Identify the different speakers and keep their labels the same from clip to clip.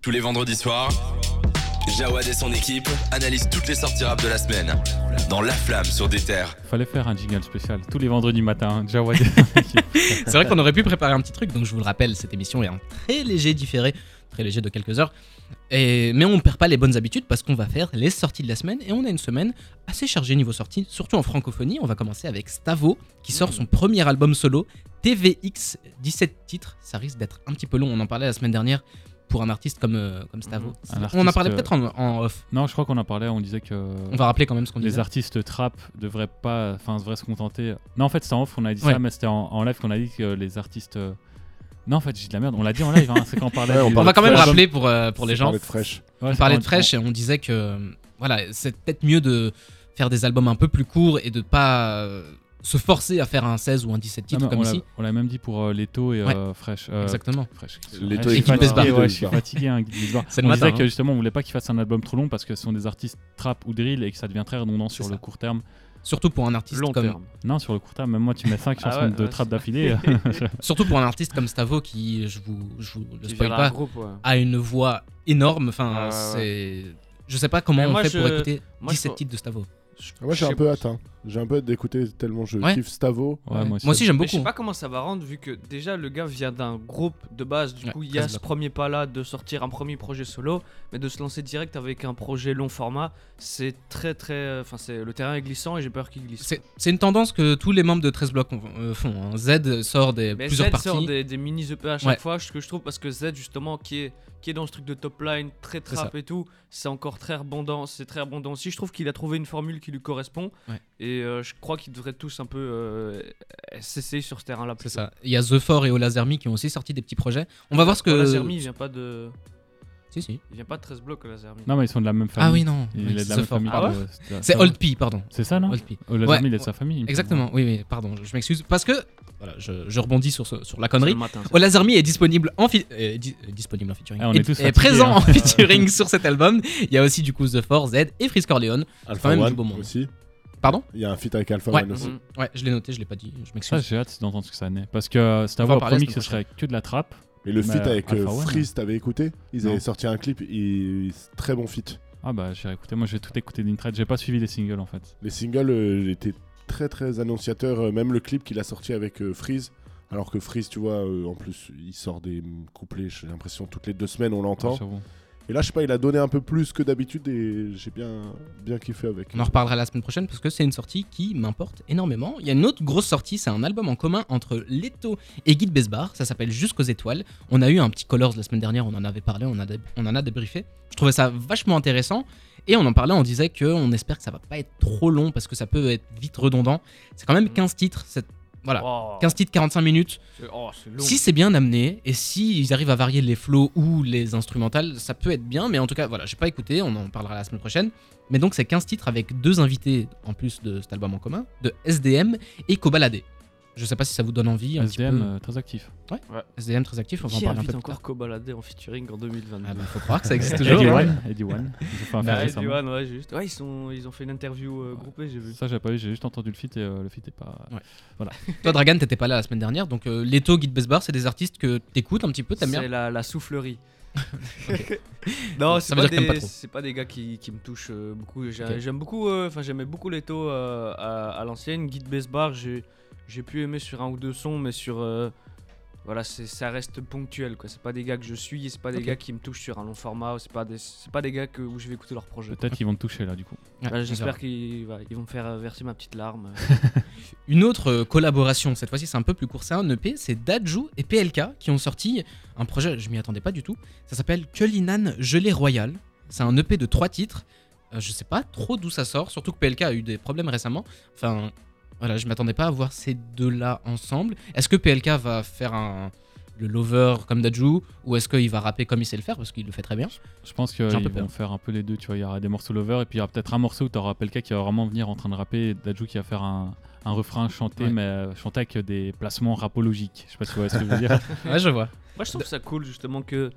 Speaker 1: Tous les vendredis soirs, Jawad et son équipe analysent toutes les sorties rap de la semaine dans La Flamme sur des terres.
Speaker 2: Fallait faire un jingle spécial tous les vendredis matin. hein. Jawad.
Speaker 3: C'est vrai qu'on aurait pu préparer un petit truc, donc je vous le rappelle, cette émission est un très léger différé, très léger de quelques heures. Et, mais on perd pas les bonnes habitudes parce qu'on va faire les sorties de la semaine et on a une semaine assez chargée niveau sorties, surtout en francophonie. On va commencer avec Stavo qui sort son premier album solo, TVX, 17 titres. Ça risque d'être un petit peu long, on en parlait la semaine dernière pour un artiste comme, euh, comme Stavo.
Speaker 2: Mmh. Un
Speaker 3: on en
Speaker 2: artiste,
Speaker 3: parlait
Speaker 2: euh,
Speaker 3: peut-être en, en off.
Speaker 2: non, je crois qu'on en parlait. On disait que
Speaker 3: On va rappeler quand même ce qu'on
Speaker 2: les
Speaker 3: disait.
Speaker 2: artistes trap devraient pas, enfin, devraient se contenter. Non, en fait, c'était en off. On a dit
Speaker 3: Ouais.
Speaker 2: ça, mais c'était en, en live qu'on a dit que les artistes. euh, Non, en fait, j'ai de la merde. On l'a dit en live. hein, C'est quand on parlait.
Speaker 4: Ouais, on
Speaker 2: du-
Speaker 3: On va
Speaker 4: parlait
Speaker 3: quand même
Speaker 4: de Fresh.
Speaker 3: rappeler pour, euh, pour les gens.
Speaker 4: Parler de fraîche.
Speaker 2: Ouais,
Speaker 3: On
Speaker 2: c'est
Speaker 3: parlait
Speaker 2: quand
Speaker 3: de Fresh et on disait que euh, voilà, c'est peut-être mieux de faire des albums un peu plus courts et de pas euh, se forcer à faire un 16 ou un 17
Speaker 2: Ah,
Speaker 3: titres
Speaker 2: mais
Speaker 3: comme
Speaker 2: on l'a-
Speaker 3: ici.
Speaker 2: On l'a même dit pour euh, Leto et
Speaker 3: Ouais.
Speaker 2: euh, Fresh. euh,
Speaker 3: Exactement.
Speaker 2: Fresh.
Speaker 4: Leto
Speaker 2: Ouais,
Speaker 4: et
Speaker 2: je suis
Speaker 3: Guy Besbar.
Speaker 2: fatigué, ouais,
Speaker 4: Guy
Speaker 2: je suis
Speaker 4: Besbar.
Speaker 2: fatigué, hein, Guy Besbar.
Speaker 3: C'est le
Speaker 2: On
Speaker 3: matin,
Speaker 2: disait que
Speaker 3: hein.
Speaker 2: justement, on voulait pas qu'ils fassent un album trop long parce que ce sont des artistes trap ou drill et que ça devient très redondant sur
Speaker 3: C'est
Speaker 2: le
Speaker 3: ça.
Speaker 2: court terme.
Speaker 3: Surtout pour un artiste
Speaker 5: Long
Speaker 3: comme
Speaker 5: terme.
Speaker 2: Non, sur le court terme, même moi, tu mets 5
Speaker 5: Ah
Speaker 2: chansons
Speaker 5: ouais,
Speaker 2: de
Speaker 5: ouais,
Speaker 2: trap
Speaker 5: c'est-
Speaker 2: d'affilée.
Speaker 3: surtout pour un artiste comme Stavo qui je vous je vous le
Speaker 5: Qui
Speaker 3: spoil
Speaker 5: gère un
Speaker 3: pas
Speaker 5: groupe, ouais.
Speaker 3: a une voix énorme enfin
Speaker 5: Ah, ouais,
Speaker 3: c'est je sais pas comment
Speaker 5: Mais
Speaker 3: on
Speaker 5: moi,
Speaker 3: fait pour
Speaker 5: je-
Speaker 3: écouter
Speaker 5: moi, je
Speaker 3: 17
Speaker 5: trouve-
Speaker 3: titres de Stavo.
Speaker 4: Moi, j'ai
Speaker 5: Je
Speaker 4: un
Speaker 5: sais
Speaker 4: peu
Speaker 5: pas.
Speaker 4: hâte. hein. J'ai un peu hâte d'écouter tellement je
Speaker 3: Ouais.
Speaker 4: kiffe Stavo.
Speaker 2: Ouais, moi
Speaker 3: Moi aussi j'aime
Speaker 5: Mais je
Speaker 3: beaucoup. hein.
Speaker 5: sais pas comment ça va rendre vu que déjà le gars vient d'un groupe de base, du
Speaker 3: Ouais,
Speaker 5: coup il y
Speaker 3: très
Speaker 5: a ce
Speaker 3: bloqué.
Speaker 5: premier pas là de sortir un premier projet solo, mais de se lancer direct avec un projet long format, c'est très très, enfin c'est le terrain est glissant et j'ai peur qu'il glisse.
Speaker 3: C'est c'est une tendance que tous les membres de 13 blocs ont- euh, font. hein. Z sort des
Speaker 5: Mais
Speaker 3: plusieurs
Speaker 5: Z
Speaker 3: parties.
Speaker 5: sort des, des mini EP à chaque
Speaker 3: Ouais.
Speaker 5: fois, ce que je trouve parce que Z justement qui est qui est dans ce truc de top line très
Speaker 3: C'est
Speaker 5: trap et tout, c'est encore très abondant, c'est très abondant aussi. Je trouve qu'il a trouvé une formule qui lui correspond
Speaker 3: Ouais.
Speaker 5: et euh, je crois qu'ils devraient tous un peu euh, s'essayer sur ce terrain là.
Speaker 3: C'est ça. Il y a The Four et Olazermi qui ont aussi sorti des petits projets. On va voir ce que.
Speaker 5: La Zermi, il vient pas de,
Speaker 3: Si, si.
Speaker 5: il vient pas de 13 blocs la Zermi.
Speaker 2: Non, mais ils sont de la même famille.
Speaker 3: Ah oui, non.
Speaker 2: Il
Speaker 3: Oui,
Speaker 2: est de
Speaker 3: c'est
Speaker 2: la
Speaker 3: The
Speaker 2: même
Speaker 3: Four.
Speaker 2: famille.
Speaker 5: Ah
Speaker 2: que- c'est-
Speaker 3: C'est
Speaker 2: ça-
Speaker 3: Old P, pardon.
Speaker 2: C'est ça, non
Speaker 3: Old P.
Speaker 2: Euh, Le
Speaker 3: Ouais.
Speaker 2: Lazami, il est de sa famille. il me semble.
Speaker 3: Exactement, oui, oui, pardon, je m'excuse. Parce que, voilà, je, je rebondis sur, ce- sur la
Speaker 5: C'est le
Speaker 3: connerie.
Speaker 5: matin, ça.
Speaker 3: Olazermi est disponible en, fi- euh, di- euh, disponible en featuring.
Speaker 2: Ah, on
Speaker 3: est,
Speaker 2: est tous fatigués,
Speaker 3: est présent
Speaker 2: hein.
Speaker 3: en featuring sur cet album. Il y a aussi du coup The Four, Z et Frisk Corleone.
Speaker 4: Alpha
Speaker 3: quand même du
Speaker 4: One
Speaker 3: beau monde.
Speaker 4: aussi.
Speaker 3: Pardon
Speaker 4: Il y a un feat avec Alpha
Speaker 3: Ouais.
Speaker 4: One aussi.
Speaker 5: Mhm.
Speaker 3: Ouais, je l'ai noté, je l'ai pas dit, je
Speaker 2: Ça,
Speaker 3: m'excuse.
Speaker 2: j'ai hâte d'entendre ce que ça naît. Parce que
Speaker 3: On va
Speaker 2: Stavo a
Speaker 3: en parler
Speaker 2: promis que
Speaker 3: la
Speaker 2: ce
Speaker 3: semaine
Speaker 2: serait que de la trap.
Speaker 4: Mais le
Speaker 2: Mais
Speaker 4: feat avec
Speaker 2: Alpha
Speaker 4: euh,
Speaker 2: One,
Speaker 4: Freeze, t'avais écouté Ils avaient
Speaker 2: Non.
Speaker 4: sorti un clip, il- très bon feat.
Speaker 2: Ah bah, j'ai écouté. Moi, j'ai tout écouté d'une traite. J'ai pas suivi les singles en fait.
Speaker 4: Les singles euh, étaient très très annonciateurs, euh, même le clip qu'il a sorti avec euh, Freeze. Alors que Freeze, tu vois, euh, en plus, il sort des mm, couplets, j'ai l'impression, toutes les deux semaines, on l'entend.
Speaker 2: J'avoue.
Speaker 4: Et là, je sais pas, il a donné un peu plus que d'habitude et j'ai bien, bien kiffé avec.
Speaker 3: On en reparlera la semaine prochaine parce que c'est une sortie qui m'importe énormément. Il y a une autre grosse sortie, c'est un album en commun entre Leto et Guy de Besbar. Ça s'appelle Jusqu'aux étoiles. On a eu un petit Colors la semaine dernière, on en avait parlé, on, a dé- on en a débriefé. Je trouvais ça vachement intéressant. Et on en parlait, on disait qu'on espère que ça va pas être trop long parce que ça peut être vite redondant. C'est quand même 15 titres. c'est- Voilà.
Speaker 5: Oh,
Speaker 3: 15 titres, 45 minutes.
Speaker 5: c'est- oh, c'est long.
Speaker 3: Si c'est bien amené et si ils arrivent à varier les flows ou les instrumentales, ça peut être bien. Mais en tout cas, voilà, j'ai pas écouté, on en parlera la semaine prochaine. Mais donc, c'est 15 titres avec deux invités en plus de cet album en commun, de SDM et Kobalade. Je sais pas si ça vous donne envie un
Speaker 2: SDM,
Speaker 3: petit
Speaker 2: euh, très actif.
Speaker 3: peu. SDM très actif, on va en
Speaker 5: Qui
Speaker 3: parler un peu
Speaker 5: invite
Speaker 3: plus tard.
Speaker 5: encore Kobalade en featuring en 2022
Speaker 3: Ah bah, faut croire que ça existe toujours.
Speaker 2: Eddie
Speaker 3: hein.
Speaker 2: One. Eddie One. Ils ont fait un feat
Speaker 5: Ah Ouais,
Speaker 2: récemment.
Speaker 5: Diwan, ouais, juste. Ouais, ils, sont, ils ont fait une interview euh, groupée, j'ai vu.
Speaker 2: Ça, j'ai pas vu. J'ai juste entendu le feat et euh, le feat est pas.
Speaker 3: Toi, Dragan, t'étais pas là la semaine dernière, donc euh, Leto, Guide Besbar, c'est des artistes que t'écoutes un petit peu, t'aimes bien.
Speaker 5: C'est la, la soufflerie. non,
Speaker 3: Ça
Speaker 5: c'est
Speaker 3: veut dire que
Speaker 5: pas,
Speaker 3: t'aimes
Speaker 5: des-
Speaker 3: pas trop.
Speaker 5: c'est pas des gars qui, qui me touchent euh, beaucoup. J'ai-
Speaker 3: Ok.
Speaker 5: J'aime beaucoup, euh, enfin j'aimais beaucoup les taux euh, à, à l'ancienne. Guide Besbar, j'ai j'ai pu aimer sur un ou deux sons, mais sur euh, voilà, c'est- ça reste ponctuel. quoi. C'est pas des gars que je suis, c'est pas des
Speaker 3: Ok.
Speaker 5: gars qui me touchent sur un long format. ou C'est pas des, c'est pas des gars que, où je vais écouter leur projet.
Speaker 2: Peut-être qu'ils vont te toucher là du coup.
Speaker 3: Ouais,
Speaker 5: Voilà,
Speaker 3: on verra.
Speaker 5: J'espère qu'ils voilà, ils vont me faire euh, verser ma petite larme.
Speaker 3: Une autre euh, collaboration, cette fois-ci c'est un peu plus court, c'est un EP, c'est Dajou et PLK qui ont sorti un projet, je m'y attendais pas du tout, ça s'appelle Culinan Gelée Royale. C'est un EP de trois titres, Euh, je sais pas trop d'où ça sort, surtout que PLK a eu des problèmes récemment. Enfin, voilà, je m'attendais pas à voir ces deux-là ensemble. Est-ce que PLK va faire un, le lover comme Dajou ou est-ce qu'il va rapper comme il sait le faire parce qu'il le fait très bien
Speaker 2: Je pense
Speaker 3: J'ai un peu
Speaker 2: qu'ils
Speaker 3: peur.
Speaker 2: vont faire un peu les deux. Tu vois, il y aura des morceaux lover et puis il y aura peut-être un morceau où t'auras Pelka qui va vraiment venir en train de rapper et Dajou qui va faire un, un refrain chanté,
Speaker 3: Ouais.
Speaker 2: mais euh, chanté avec des placements rapologiques. Je sais pas si vous voyez ce que je veux dire.
Speaker 3: Ouais, je vois.
Speaker 5: Moi, je trouve ça cool justement que,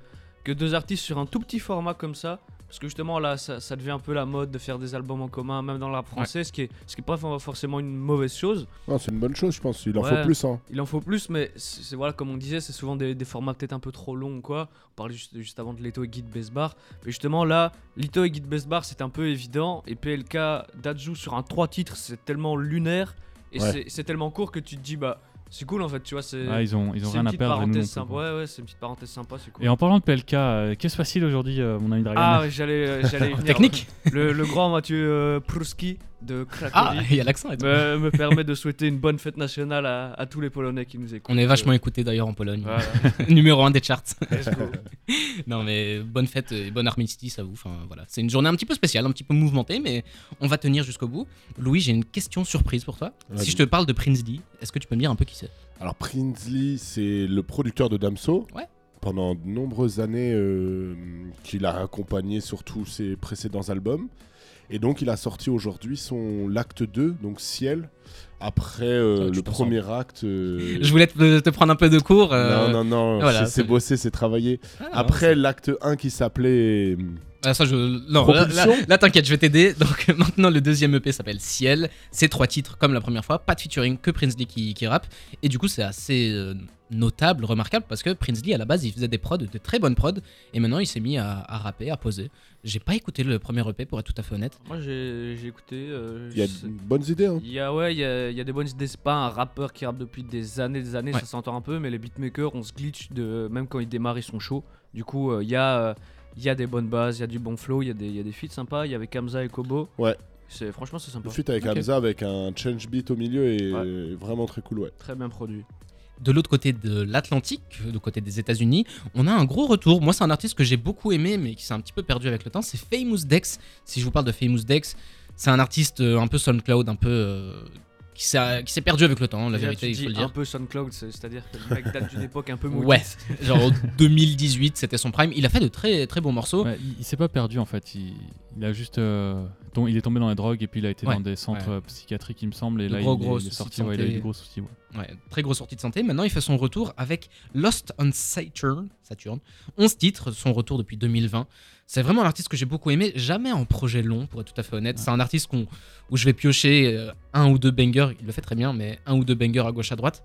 Speaker 5: que deux artistes sur un tout petit format comme ça Parce que justement, là, ça, ça devient un peu la mode de faire des albums en commun, même dans le rap français, ce qui est, ce qui est pas for- forcément une mauvaise chose.
Speaker 4: Non, c'est une bonne chose, je pense. Il en
Speaker 5: Ouais.
Speaker 4: faut plus, hein.
Speaker 5: Il en faut plus, mais c'est c'est- voilà, comme on disait, c'est souvent des, des formats peut-être un peu trop longs ou quoi. On parlait juste, juste avant de Leto et Guide Besbar. Mais justement, là, Leto et Guide Besbar, c'est un peu évident. Et PLK, Dadju sur un 3 titres, c'est tellement lunaire et
Speaker 4: Ouais.
Speaker 5: c'est- c'est tellement court que tu te dis, bah, c'est cool en fait, tu vois. C'est
Speaker 2: Ah, ils ont, ils ont
Speaker 5: c'est
Speaker 2: rien
Speaker 5: une
Speaker 2: à
Speaker 5: petite
Speaker 2: perdre. et nous non
Speaker 5: parenthèse
Speaker 2: plus,
Speaker 5: sympa.
Speaker 2: quoi.
Speaker 5: Ouais, ouais, c'est une petite parenthèse sympa, c'est cool.
Speaker 2: Et en parlant de PLK, euh, qu'est-ce facile aujourd'hui, euh, mon ami Dragon
Speaker 5: Ah, ouais, j'allais j'allais y venir.
Speaker 3: Technique
Speaker 5: Le, le grand Mathieu euh, Pruski de
Speaker 3: Ah,
Speaker 5: Cracovie
Speaker 3: il y a l'accent. et tout.
Speaker 5: me, me permet de souhaiter une bonne fête nationale à, à tous les Polonais qui nous écoutent.
Speaker 3: On est vachement écouté d'ailleurs en Pologne.
Speaker 5: Voilà.
Speaker 3: Numéro 1 des charts.
Speaker 5: Euh, Let's go.
Speaker 3: non mais bonne fête et bon armistice à vous. Enfin voilà, c'est une journée un petit peu spéciale, un petit peu mouvementée, mais on va tenir jusqu'au bout. Louis, j'ai une question surprise pour toi.
Speaker 4: Vas-y.
Speaker 3: Si je te parle de Prince D, est-ce que tu peux me dire un peu qui c'est
Speaker 4: Alors Prinsley, c'est le producteur de Damso.
Speaker 3: Ouais.
Speaker 4: Pendant de nombreuses années, euh, qu'il a accompagné sur tous ses précédents albums. Et donc, il a sorti aujourd'hui son l'acte 2, donc Ciel, après euh,
Speaker 3: Ça va, tu
Speaker 4: le
Speaker 3: t'en
Speaker 4: premier acte. euh,
Speaker 3: Je voulais te, te prendre un peu de cours. euh,
Speaker 4: Non, non, non,
Speaker 3: voilà,
Speaker 4: c'est-
Speaker 3: ça-
Speaker 4: c'est bossé, c'est travaillé.
Speaker 3: ah, non,
Speaker 4: Après l'acte 1 qui s'appelait. euh,
Speaker 3: Ah, ça, je... Non, là, là-
Speaker 4: Propulsion
Speaker 3: là, t'inquiète, je vais t'aider. Donc maintenant, le deuxième EP s'appelle Ciel. C'est trois titres comme la première fois, pas de featuring, que Prinsley qui, qui rappe. Et du coup, c'est assez euh, notable, remarquable, parce que Prinsley, à la base, il faisait des prods, de très bonnes prods, et maintenant, il s'est mis à, à rapper, à poser. J'ai pas écouté le premier EP, pour être tout à fait honnête.
Speaker 5: Moi j'ai j'ai écouté. euh,
Speaker 4: Il y a
Speaker 5: je-
Speaker 4: de bonnes idées, hein.
Speaker 5: il y a- ouais, il y a, il y a des bonnes idées. C'est pas un rappeur qui rappe depuis des années, des années,
Speaker 3: Ouais.
Speaker 5: ça s'entend un peu, mais les beatmakers, on se glitch de, même quand ils démarrent, ils sont chauds. Du coup, euh, il y, a, euh, il y a des bonnes bases, il y a du bon flow, il y, a des- il y a des feats sympas. Il y avait Kamza et Kobo.
Speaker 4: Ouais.
Speaker 5: C'est- Franchement, c'est sympa.
Speaker 4: Le feat avec
Speaker 3: Ok.
Speaker 4: Hamza, avec un change beat au milieu, est vraiment très cool, ouais.
Speaker 5: Très bien produit.
Speaker 3: De l'autre côté de l'Atlantique, du côté des États-Unis, on a un gros retour. Moi, c'est un artiste que j'ai beaucoup aimé, mais qui s'est un petit peu perdu avec le temps. C'est Famous Dex. Si je vous parle de Famous Dex, c'est un artiste euh, un peu SoundCloud, un peu. euh, qui s'est qui s'est perdu avec le temps, la
Speaker 5: Déjà,
Speaker 3: vérité,
Speaker 5: tu
Speaker 3: il faut
Speaker 5: dis
Speaker 3: le
Speaker 5: un
Speaker 3: dire.
Speaker 5: peu SoundCloud, c'est- c'est-à-dire que le mec date d'une époque un peu mouillée.
Speaker 3: Ouais, genre en 2018, c'était son prime. Il a fait de très très bons morceaux.
Speaker 2: Ouais, il il s'est pas perdu en fait. Il, il a juste, euh, tom- il est tombé dans la drogue et puis il a été
Speaker 3: Ouais,
Speaker 2: dans des centres
Speaker 3: ouais.
Speaker 2: euh, psychiatriques, il me semble. Et
Speaker 3: De
Speaker 2: là,
Speaker 3: gros,
Speaker 2: il, est-
Speaker 3: gros
Speaker 2: il est
Speaker 3: soucis de
Speaker 2: sorti. ouais, il a eu
Speaker 3: santé.
Speaker 2: des gros soucis. ouais.
Speaker 3: Ouais, très grosse sortie de santé. Maintenant, il fait son retour avec Lost on Saturn. Saturn. 11 titres, son retour depuis 2020. C'est vraiment un artiste que j'ai beaucoup aimé. Jamais en projet long, pour être tout à fait honnête. C'est un artiste qu'on- où je vais piocher euh, un ou deux bangers. Il le fait très bien, mais un ou deux bangers à gauche, à droite.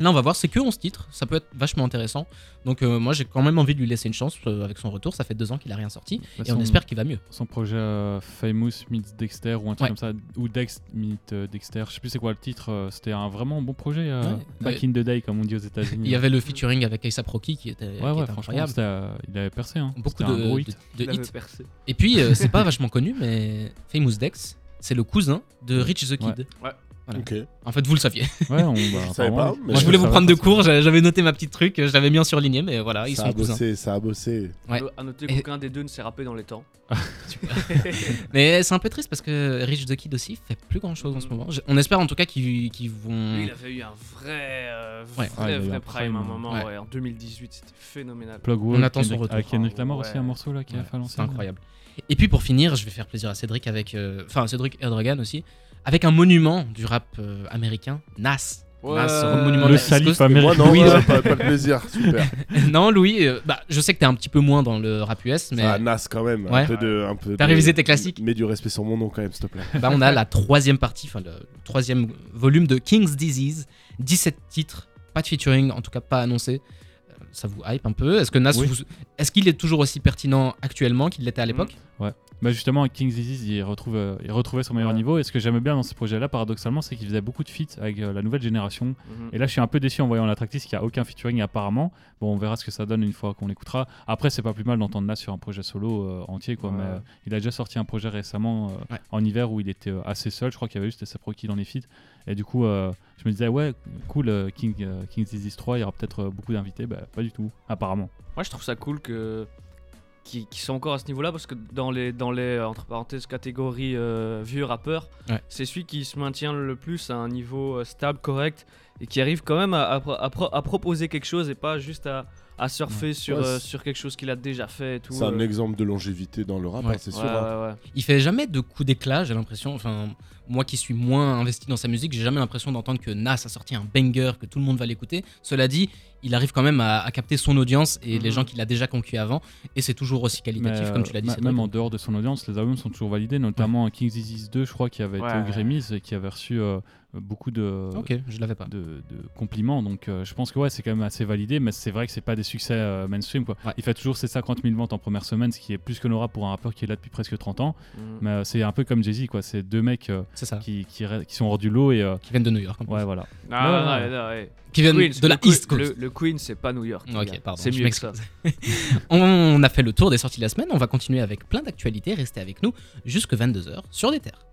Speaker 3: Là, on va voir, c'est que 11 titres. Ça peut être vachement intéressant. Donc, euh, moi, j'ai quand même envie de lui laisser une chance euh, avec son retour. Ça fait deux ans qu'il a rien sorti.
Speaker 2: Bah,
Speaker 3: et on
Speaker 2: son-
Speaker 3: espère qu'il va mieux.
Speaker 2: Son projet euh, Famous meets Dexter ou un truc
Speaker 3: Ouais.
Speaker 2: comme ça, ou Dex meets euh, Dexter, je sais plus c'est quoi le titre. euh, C'était un vraiment bon projet. euh,
Speaker 3: Ouais.
Speaker 2: Back in the day, comme on dit aux États-Unis. hein.
Speaker 3: Il y avait le featuring avec ASAP Rocky qui était, qui
Speaker 2: Ouais, ouais,
Speaker 3: était
Speaker 2: franchement,
Speaker 3: incroyable.
Speaker 2: c'était, euh, il avait percé. Hein.
Speaker 3: Beaucoup
Speaker 2: C'était
Speaker 3: de,
Speaker 2: un gros
Speaker 3: de-
Speaker 2: hit.
Speaker 3: de
Speaker 5: Il avait
Speaker 3: hits.
Speaker 5: percé.
Speaker 3: Et puis, euh, c'est pas vachement connu, mais Famous Dex, c'est le cousin de Rich the Kid. Voilà.
Speaker 4: Ok.
Speaker 3: En fait, vous le saviez.
Speaker 2: Ouais, on, bah,
Speaker 4: savais
Speaker 2: apparemment,
Speaker 4: pas,
Speaker 2: oui.
Speaker 4: mais
Speaker 3: Moi, je voulais vous
Speaker 4: ça va
Speaker 3: prendre de
Speaker 4: passer.
Speaker 3: cours, j'a- j'avais noté ma petite truc, je l'avais bien surligné, mais voilà, Ah, ils
Speaker 4: ça
Speaker 3: sont
Speaker 4: a
Speaker 3: cousins.
Speaker 4: bossé, ça a bossé.
Speaker 3: Ouais.
Speaker 5: À noter
Speaker 3: Et-
Speaker 5: qu'aucun des deux ne s'est rappé dans les temps.
Speaker 3: Mais c'est un peu triste parce que Rich the Kid aussi fait plus grand chose en ce moment. Je- On espère en tout cas qu'ils qu'ils vont.
Speaker 5: Lui, il avait eu un vrai, euh,
Speaker 3: Hmm. Ouais.
Speaker 5: vrai,
Speaker 2: Ah, il a eu
Speaker 5: vrai
Speaker 2: un
Speaker 5: prime à un
Speaker 2: prime,
Speaker 5: moment.
Speaker 3: ouais.
Speaker 5: ouais, en 2018, c'était phénoménal.
Speaker 2: Plug Wall,
Speaker 3: On attend son
Speaker 2: Kendrick-
Speaker 3: retour.
Speaker 2: Avec Kendrick Lamar
Speaker 5: Ah,
Speaker 2: aussi, un
Speaker 5: ouais.
Speaker 2: morceau là qui a
Speaker 3: Ouais,
Speaker 2: fait à
Speaker 3: c'est
Speaker 2: l'ancienne.
Speaker 3: incroyable. Et puis pour finir, je vais faire plaisir à Cédric avec. euh, Enfin, à Cédric Erdogan aussi, avec un monument du rap euh, américain, Nas.
Speaker 5: Ouais.
Speaker 3: Nas, le monument de
Speaker 2: Euh, Le
Speaker 3: la East
Speaker 2: salif
Speaker 3: Coast.
Speaker 4: Moi,
Speaker 2: américain.
Speaker 4: non,
Speaker 2: Oui,
Speaker 4: voilà, pas, pas de plaisir, super.
Speaker 3: Non, Louis, euh, bah, je sais que t'es un petit peu moins dans le rap US, mais.
Speaker 4: Ça, Ah, Nas quand même.
Speaker 3: Ouais.
Speaker 4: Un peu de, un peu
Speaker 3: T'as
Speaker 4: de-
Speaker 3: révisé tes classiques
Speaker 4: Mets du respect sur mon nom quand même, s'il te plaît.
Speaker 3: bah, on a la troisième partie, enfin le troisième volume de King's Disease. 17 titres, pas de featuring, en tout cas pas annoncé. Euh, Ça vous hype un peu Est-ce que Nas,
Speaker 2: Oui.
Speaker 3: vous- est-ce qu'il est toujours aussi pertinent actuellement qu'il l'était à l'époque
Speaker 2: Bah justement, avec King's Disease, il, retrouve, euh, il retrouvait son meilleur
Speaker 5: Ouais.
Speaker 2: niveau. Et ce que j'aimais bien dans ce projet-là, paradoxalement, c'est qu'il faisait beaucoup de feats avec euh, la nouvelle génération.
Speaker 5: Mhm.
Speaker 2: Et là, je suis un peu déçu en voyant l'attractrice qui a aucun featuring apparemment. Bon, on verra ce que ça donne une fois qu'on l'écoutera. Après, c'est pas plus mal d'entendre Nas sur un projet solo euh, entier, quoi.
Speaker 5: Ouais.
Speaker 2: Mais euh, il a déjà sorti un projet récemment euh,
Speaker 3: Ouais.
Speaker 2: en hiver où il était euh, assez seul. Je crois qu'il y avait juste SF Rocky dans les feats. Et du coup, euh, je me disais, ouais, cool, euh, King, euh, King's Disease 3, il y aura peut-être euh, beaucoup d'invités. Bah, pas du tout, apparemment.
Speaker 5: Moi, je trouve ça cool que qui, sont encore à ce niveau-là parce que dans les dans les euh, entre parenthèses catégories euh, vieux rappeurs,
Speaker 3: Ouais.
Speaker 5: c'est celui qui se maintient le plus à un niveau euh, stable, correct et qui arrive quand même à, à pro- à pro- à proposer quelque chose et pas juste à à surfer sur,
Speaker 4: Ouais,
Speaker 5: euh,
Speaker 4: c'est-
Speaker 5: sur quelque chose qu'il a déjà fait et tout.
Speaker 4: C'est un
Speaker 5: euh,
Speaker 4: exemple de longévité dans le rap,
Speaker 3: Ouais.
Speaker 4: hein, c'est
Speaker 5: ouais,
Speaker 4: sûr. hein.
Speaker 5: ouais, ouais.
Speaker 3: Il fait jamais de coups d'éclat, j'ai l'impression. Enfin, moi qui suis moins investi dans sa musique, j'ai jamais l'impression d'entendre que Nas a sorti un banger, que tout le monde va l'écouter. Cela dit, il arrive quand même à, à capter son audience et les
Speaker 5: Mhm.
Speaker 3: gens qu'il a déjà conquis avant. Et c'est toujours aussi
Speaker 2: Mm.
Speaker 3: qualitatif,
Speaker 2: Mais, euh,
Speaker 3: comme tu l'as dit.
Speaker 2: ma-
Speaker 3: Cédric.
Speaker 2: même en dehors de son audience, les albums sont toujours validés, notamment King's Disease 2, je crois, qui avait
Speaker 5: Ouais,
Speaker 2: été
Speaker 5: ouais.
Speaker 2: au Grammys et qui avait reçu euh, beaucoup de,
Speaker 3: Ok, je l'avais pas.
Speaker 2: de, de compliments. Donc euh, je pense que ouais, c'est quand même assez validé, mais c'est vrai que c'est pas des succès euh, mainstream. Quoi.
Speaker 3: Ouais.
Speaker 2: Il fait toujours ses 50 000 ventes en première semaine, ce qui est plus que Nora pour un rappeur qui est là depuis presque 30 ans.
Speaker 5: Mm.
Speaker 2: Mais euh, c'est un peu comme Jay-Z, quoi. C'est deux mecs euh,
Speaker 3: C'est ça. Qui...
Speaker 2: qui, qui, re- qui sont hors du lot et. euh,
Speaker 3: viennent de New York. en plus.
Speaker 2: Ouais, voilà.
Speaker 5: Ah,
Speaker 2: Non,
Speaker 5: non,
Speaker 2: non,
Speaker 5: non, ouais.
Speaker 3: Qui viennent
Speaker 5: Queens,
Speaker 3: de la
Speaker 5: le
Speaker 3: East
Speaker 5: Queen-
Speaker 3: Coast.
Speaker 5: Le, le Queen, c'est pas New York. les
Speaker 3: Ok,
Speaker 5: gars.
Speaker 3: pardon,
Speaker 5: C'est
Speaker 3: je
Speaker 5: mieux que ça.
Speaker 3: On a fait le tour des sorties de la semaine. On va continuer avec plein d'actualités. Restez avec nous jusque 22h sur des terres.